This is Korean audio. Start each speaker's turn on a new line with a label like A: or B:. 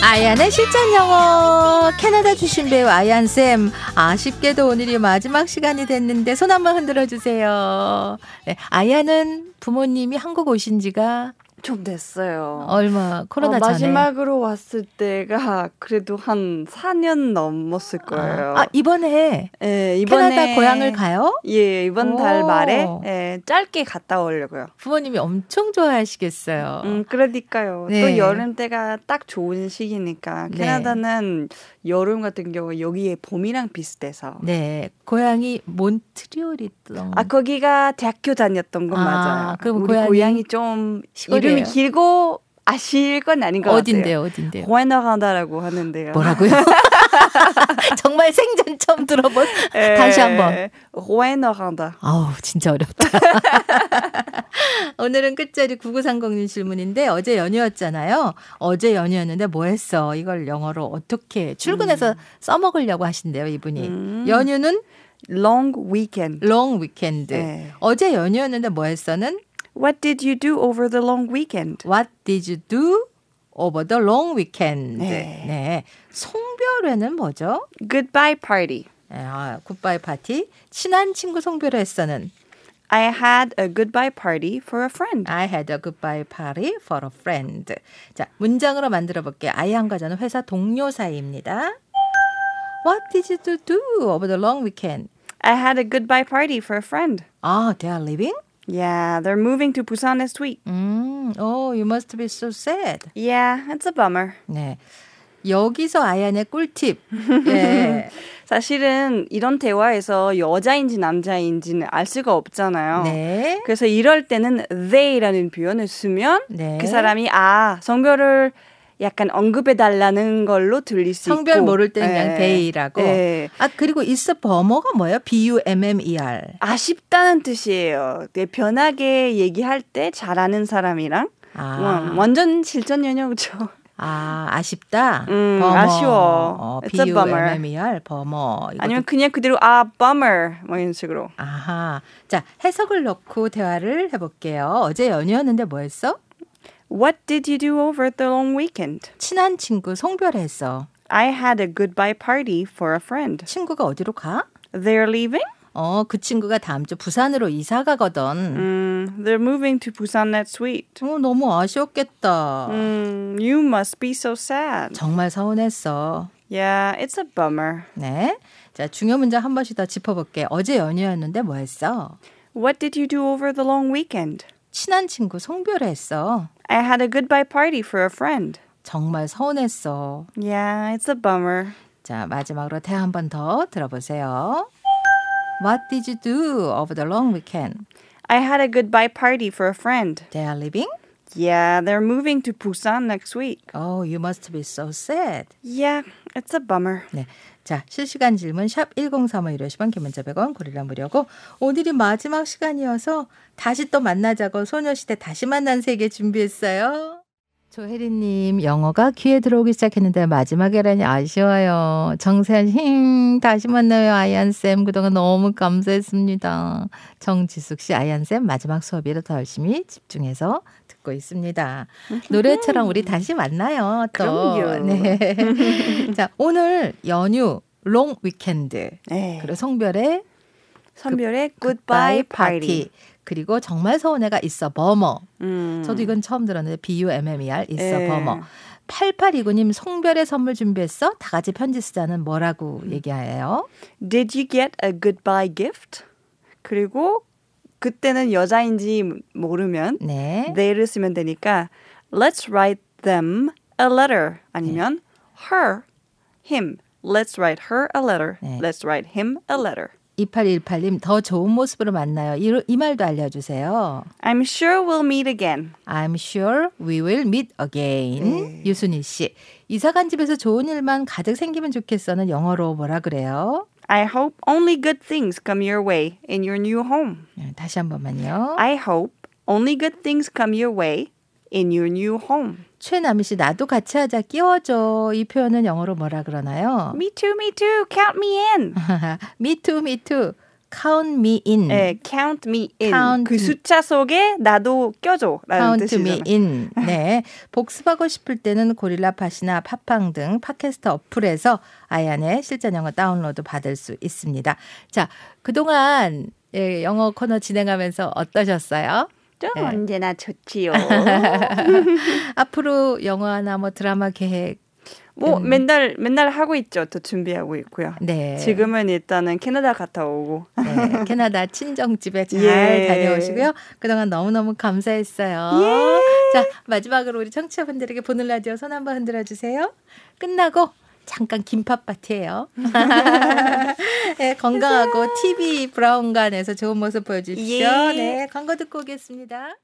A: 아얀의 실전 영어 캐나다 출신 배우 아얀 쌤 아쉽게도 오늘이 마지막 시간이 됐는데 손 한번 흔들어 주세요. 네, 아얀은 부모님이 한국 오신 지가
B: 좀 됐어요.
A: 얼마 코로나
B: 어,
A: 전에
B: 마지막으로 왔을 때가 그래도 한 4년 넘었을 거예요.
A: 아, 아, 이번에
B: 예, 이번에
A: 캐나다 고향을 가요?
B: 예, 이번 달
A: 오.
B: 말에 예, 짧게 갔다 오려고요.
A: 부모님이 엄청 좋아하시겠어요.
B: 음, 그러니까요.
A: 네.
B: 또 여름 때가 딱 좋은 시기니까
A: 네.
B: 캐나다는 여름 같은 경우 여기에 봄이랑 비슷해서
A: 네, 고향이 몬트리올이던
B: 아 거기가 대학교 다녔던 건
A: 아,
B: 맞아요.
A: 그럼
B: 우리
A: 고향이
B: 고향이, 좀
A: 시골이에요?
B: 이름이 길고 아실 건 아닌 것
A: 어딘데요, 어딘데요?
B: 같아요. 고에너간다라고 하는데요.
A: 뭐라고요? 정말 생전 처음 들어본.
B: 예,
A: 다시 한번.
B: 고에너간다.
A: 아우, 진짜 어렵다. 오늘은 끝자리 9930님 질문인데 어제 연휴였잖아요. 어제 연휴였는데 뭐 했어? 이걸 영어로 어떻게 출근해서 써먹으려고 하신대요, 이분이.
B: 음.
A: 연휴는
B: Long weekend.
A: long weekend.
B: 네.
A: 어제 연휴였는데 뭐 했어는
B: What did you do over the long weekend?
A: What did you do over the long weekend?
B: 네.
A: 네. 송별회는 뭐죠?
B: Goodbye party.
A: 아, 굿바이 파티. 친한 친구 송별회에서는
B: I had a goodbye party for a friend.
A: I had a goodbye party for a friend. 자, 문장으로 만들어 볼게요. 아이한과 저는 회사 동료 사이입니다. What did you do over the long weekend?
B: I had a goodbye party for a friend.
A: 아, they are leaving?
B: Yeah, they're moving to Busan next week.
A: 음, oh, you must be so sad.
B: Yeah, it's a bummer.
A: 네. 여기서 아이한의 꿀팁. 예.
B: 사실은 이런 대화에서 여자인지 남자인지는 알 수가 없잖아요.
A: 네.
B: 그래서 이럴 때는 they라는 표현을 쓰면
A: 네.
B: 그 사람이 아 성별을 약간 언급해 달라는 걸로 들릴 수 있고
A: 성별 모를 때는 그냥
B: 예.
A: they라고.
B: 예.
A: 아, 그리고 is 버머가 뭐예요? B U M M E R.
B: 아쉽다는 뜻이에요. 내 편하게 얘기할 때 잘하는 사람이랑
A: 아.
B: 음, 완전 실전 연역이죠.
A: 아, 아쉽다.
B: 음,
A: 버머.
B: 아쉬워.
A: 어,
B: It's a bummer.
A: BUMMER, 버머. 이것도-
B: 아니면 그냥 그대로 아 bummer 뭐 이런 식으로.
A: 아하. 자, 해석을 넣고 대화를 해볼게요. 어제 연휴였는데 뭐 했어?
B: What did you do over the long weekend?
A: 친한 친구 송별했어.
B: I had a goodbye party for a friend.
A: 친구가 어디로 가?
B: They're leaving?
A: 어, 그 친구가 다음 주 부산으로 이사 가거든.
B: Mm, they're moving to Busan next week.
A: 어, 너무 아쉬웠겠다.
B: Mm, you must be so sad.
A: 정말 서운했어.
B: Yeah, it's a bummer.
A: 네. 자, 중요 문장 한 번씩 더 짚어볼게. 어제 연휴였는데 뭐 했어?
B: What did you do over the long weekend?
A: 친한 친구 송별했어.
B: I had a goodbye party for a friend.
A: 정말 서운했어.
B: Yeah, it's a bummer.
A: 자, 마지막으로 대화 한 번 더 들어보세요. What did you do over the long weekend?
B: I had a goodbye party for a friend.
A: They are leaving?
B: Yeah, they're moving to Busan next week.
A: Oh, you must be so sad.
B: Yeah, it's a bummer.
A: 네. 자, 실시간 질문 샵 1035일 50원, 김문자 100원, 고릴라 무료고 오늘이 마지막 시간이어서 다시 또 만나자고 소녀시대 다시 만난 세계 준비했어요. 조혜리님, 영어가 귀에 들어오기 시작했는데 마지막이라니 아쉬워요. 정세현, 힝, 다시 만나요, 아이안쌤. 그동안 너무 감사했습니다. 정지숙 씨, 아이안쌤, 마지막 수업이라 더 열심히 집중해서 듣고 있습니다. 노래처럼 우리 다시 만나요, 또.
B: 그럼요.
A: 네. 자, 오늘 연휴, 롱 위켄드.
B: 네.
A: 그리고 성별의
B: 선별의
A: 굿바이
B: goodbye
A: 파티.
B: party.
A: 그리고 정말 서운해가 있어 버머.
B: 음.
A: 저도 이건 처음 들었는데 BUMMER E 있어
B: 예.
A: 버머. 8829님 송별의 선물 준비했어? 다 같이 편지 쓰자는 뭐라고
B: 음.
A: 얘기해요?
B: Did you get a goodbye gift? 그리고 그때는 여자인지 모르면
A: 네.
B: they를 쓰면 되니까 let's write them a letter 아니면 her, him. Let's write her a letter.
A: 네.
B: Let's write him a letter.
A: 2818님 더 좋은 모습으로 만나요. 이, 이 말도 알려주세요.
B: I'm sure we'll meet again.
A: I'm sure we will meet
B: 네.
A: again. 유순희 씨 이사 간 집에서 좋은 일만 가득 생기면 좋겠어는 영어로 뭐라 그래요?
B: I hope only good things come your way in your new home.
A: 네, 다시 한 번만요.
B: I hope only good things come your way in your new home.
A: 최남희 씨 나도 같이 하자 끼워줘 이 표현은 영어로 뭐라 그러나요?
B: Me too, me too. Count me in.
A: me too, me too. count me in.
B: 네, count me
A: Hmm.
B: in.
A: count
B: 그
A: me-
B: 숫자 속에 나도 껴줘라는
A: 카운트 미
B: 뜻이잖아요.
A: 인. 네. 복습하고 싶을 때는 고릴라 팟이나 팟빵 등 팟캐스트 어플에서 아이안의 실전 영어 다운로드 받을 수 있습니다. 자, 그동안 예, 영어 코너 진행하면서 어떠셨어요?
B: 저
A: 네.
B: 언제나 좋지요.
A: 앞으로 영화나 뭐 드라마 계획.
B: 뭐
A: 음.
B: 맨날 맨날 하고 있죠. 또 준비하고 있고요.
A: 네.
B: 지금은 일단은 캐나다 갔다 오고
A: 네, 캐나다 친정집에 잘
B: 예.
A: 다녀오시고요. 그동안 너무너무 감사했어요. 자, 마지막으로 우리 청취자분들에게 보는 라디오 손 한번 흔들어 주세요. 끝나고 잠깐 김밥 파티예요. 네, 건강하고 TV 브라운관에서 좋은 모습 보여주십시오.
B: 예.
A: 네, 광고 듣고 오겠습니다.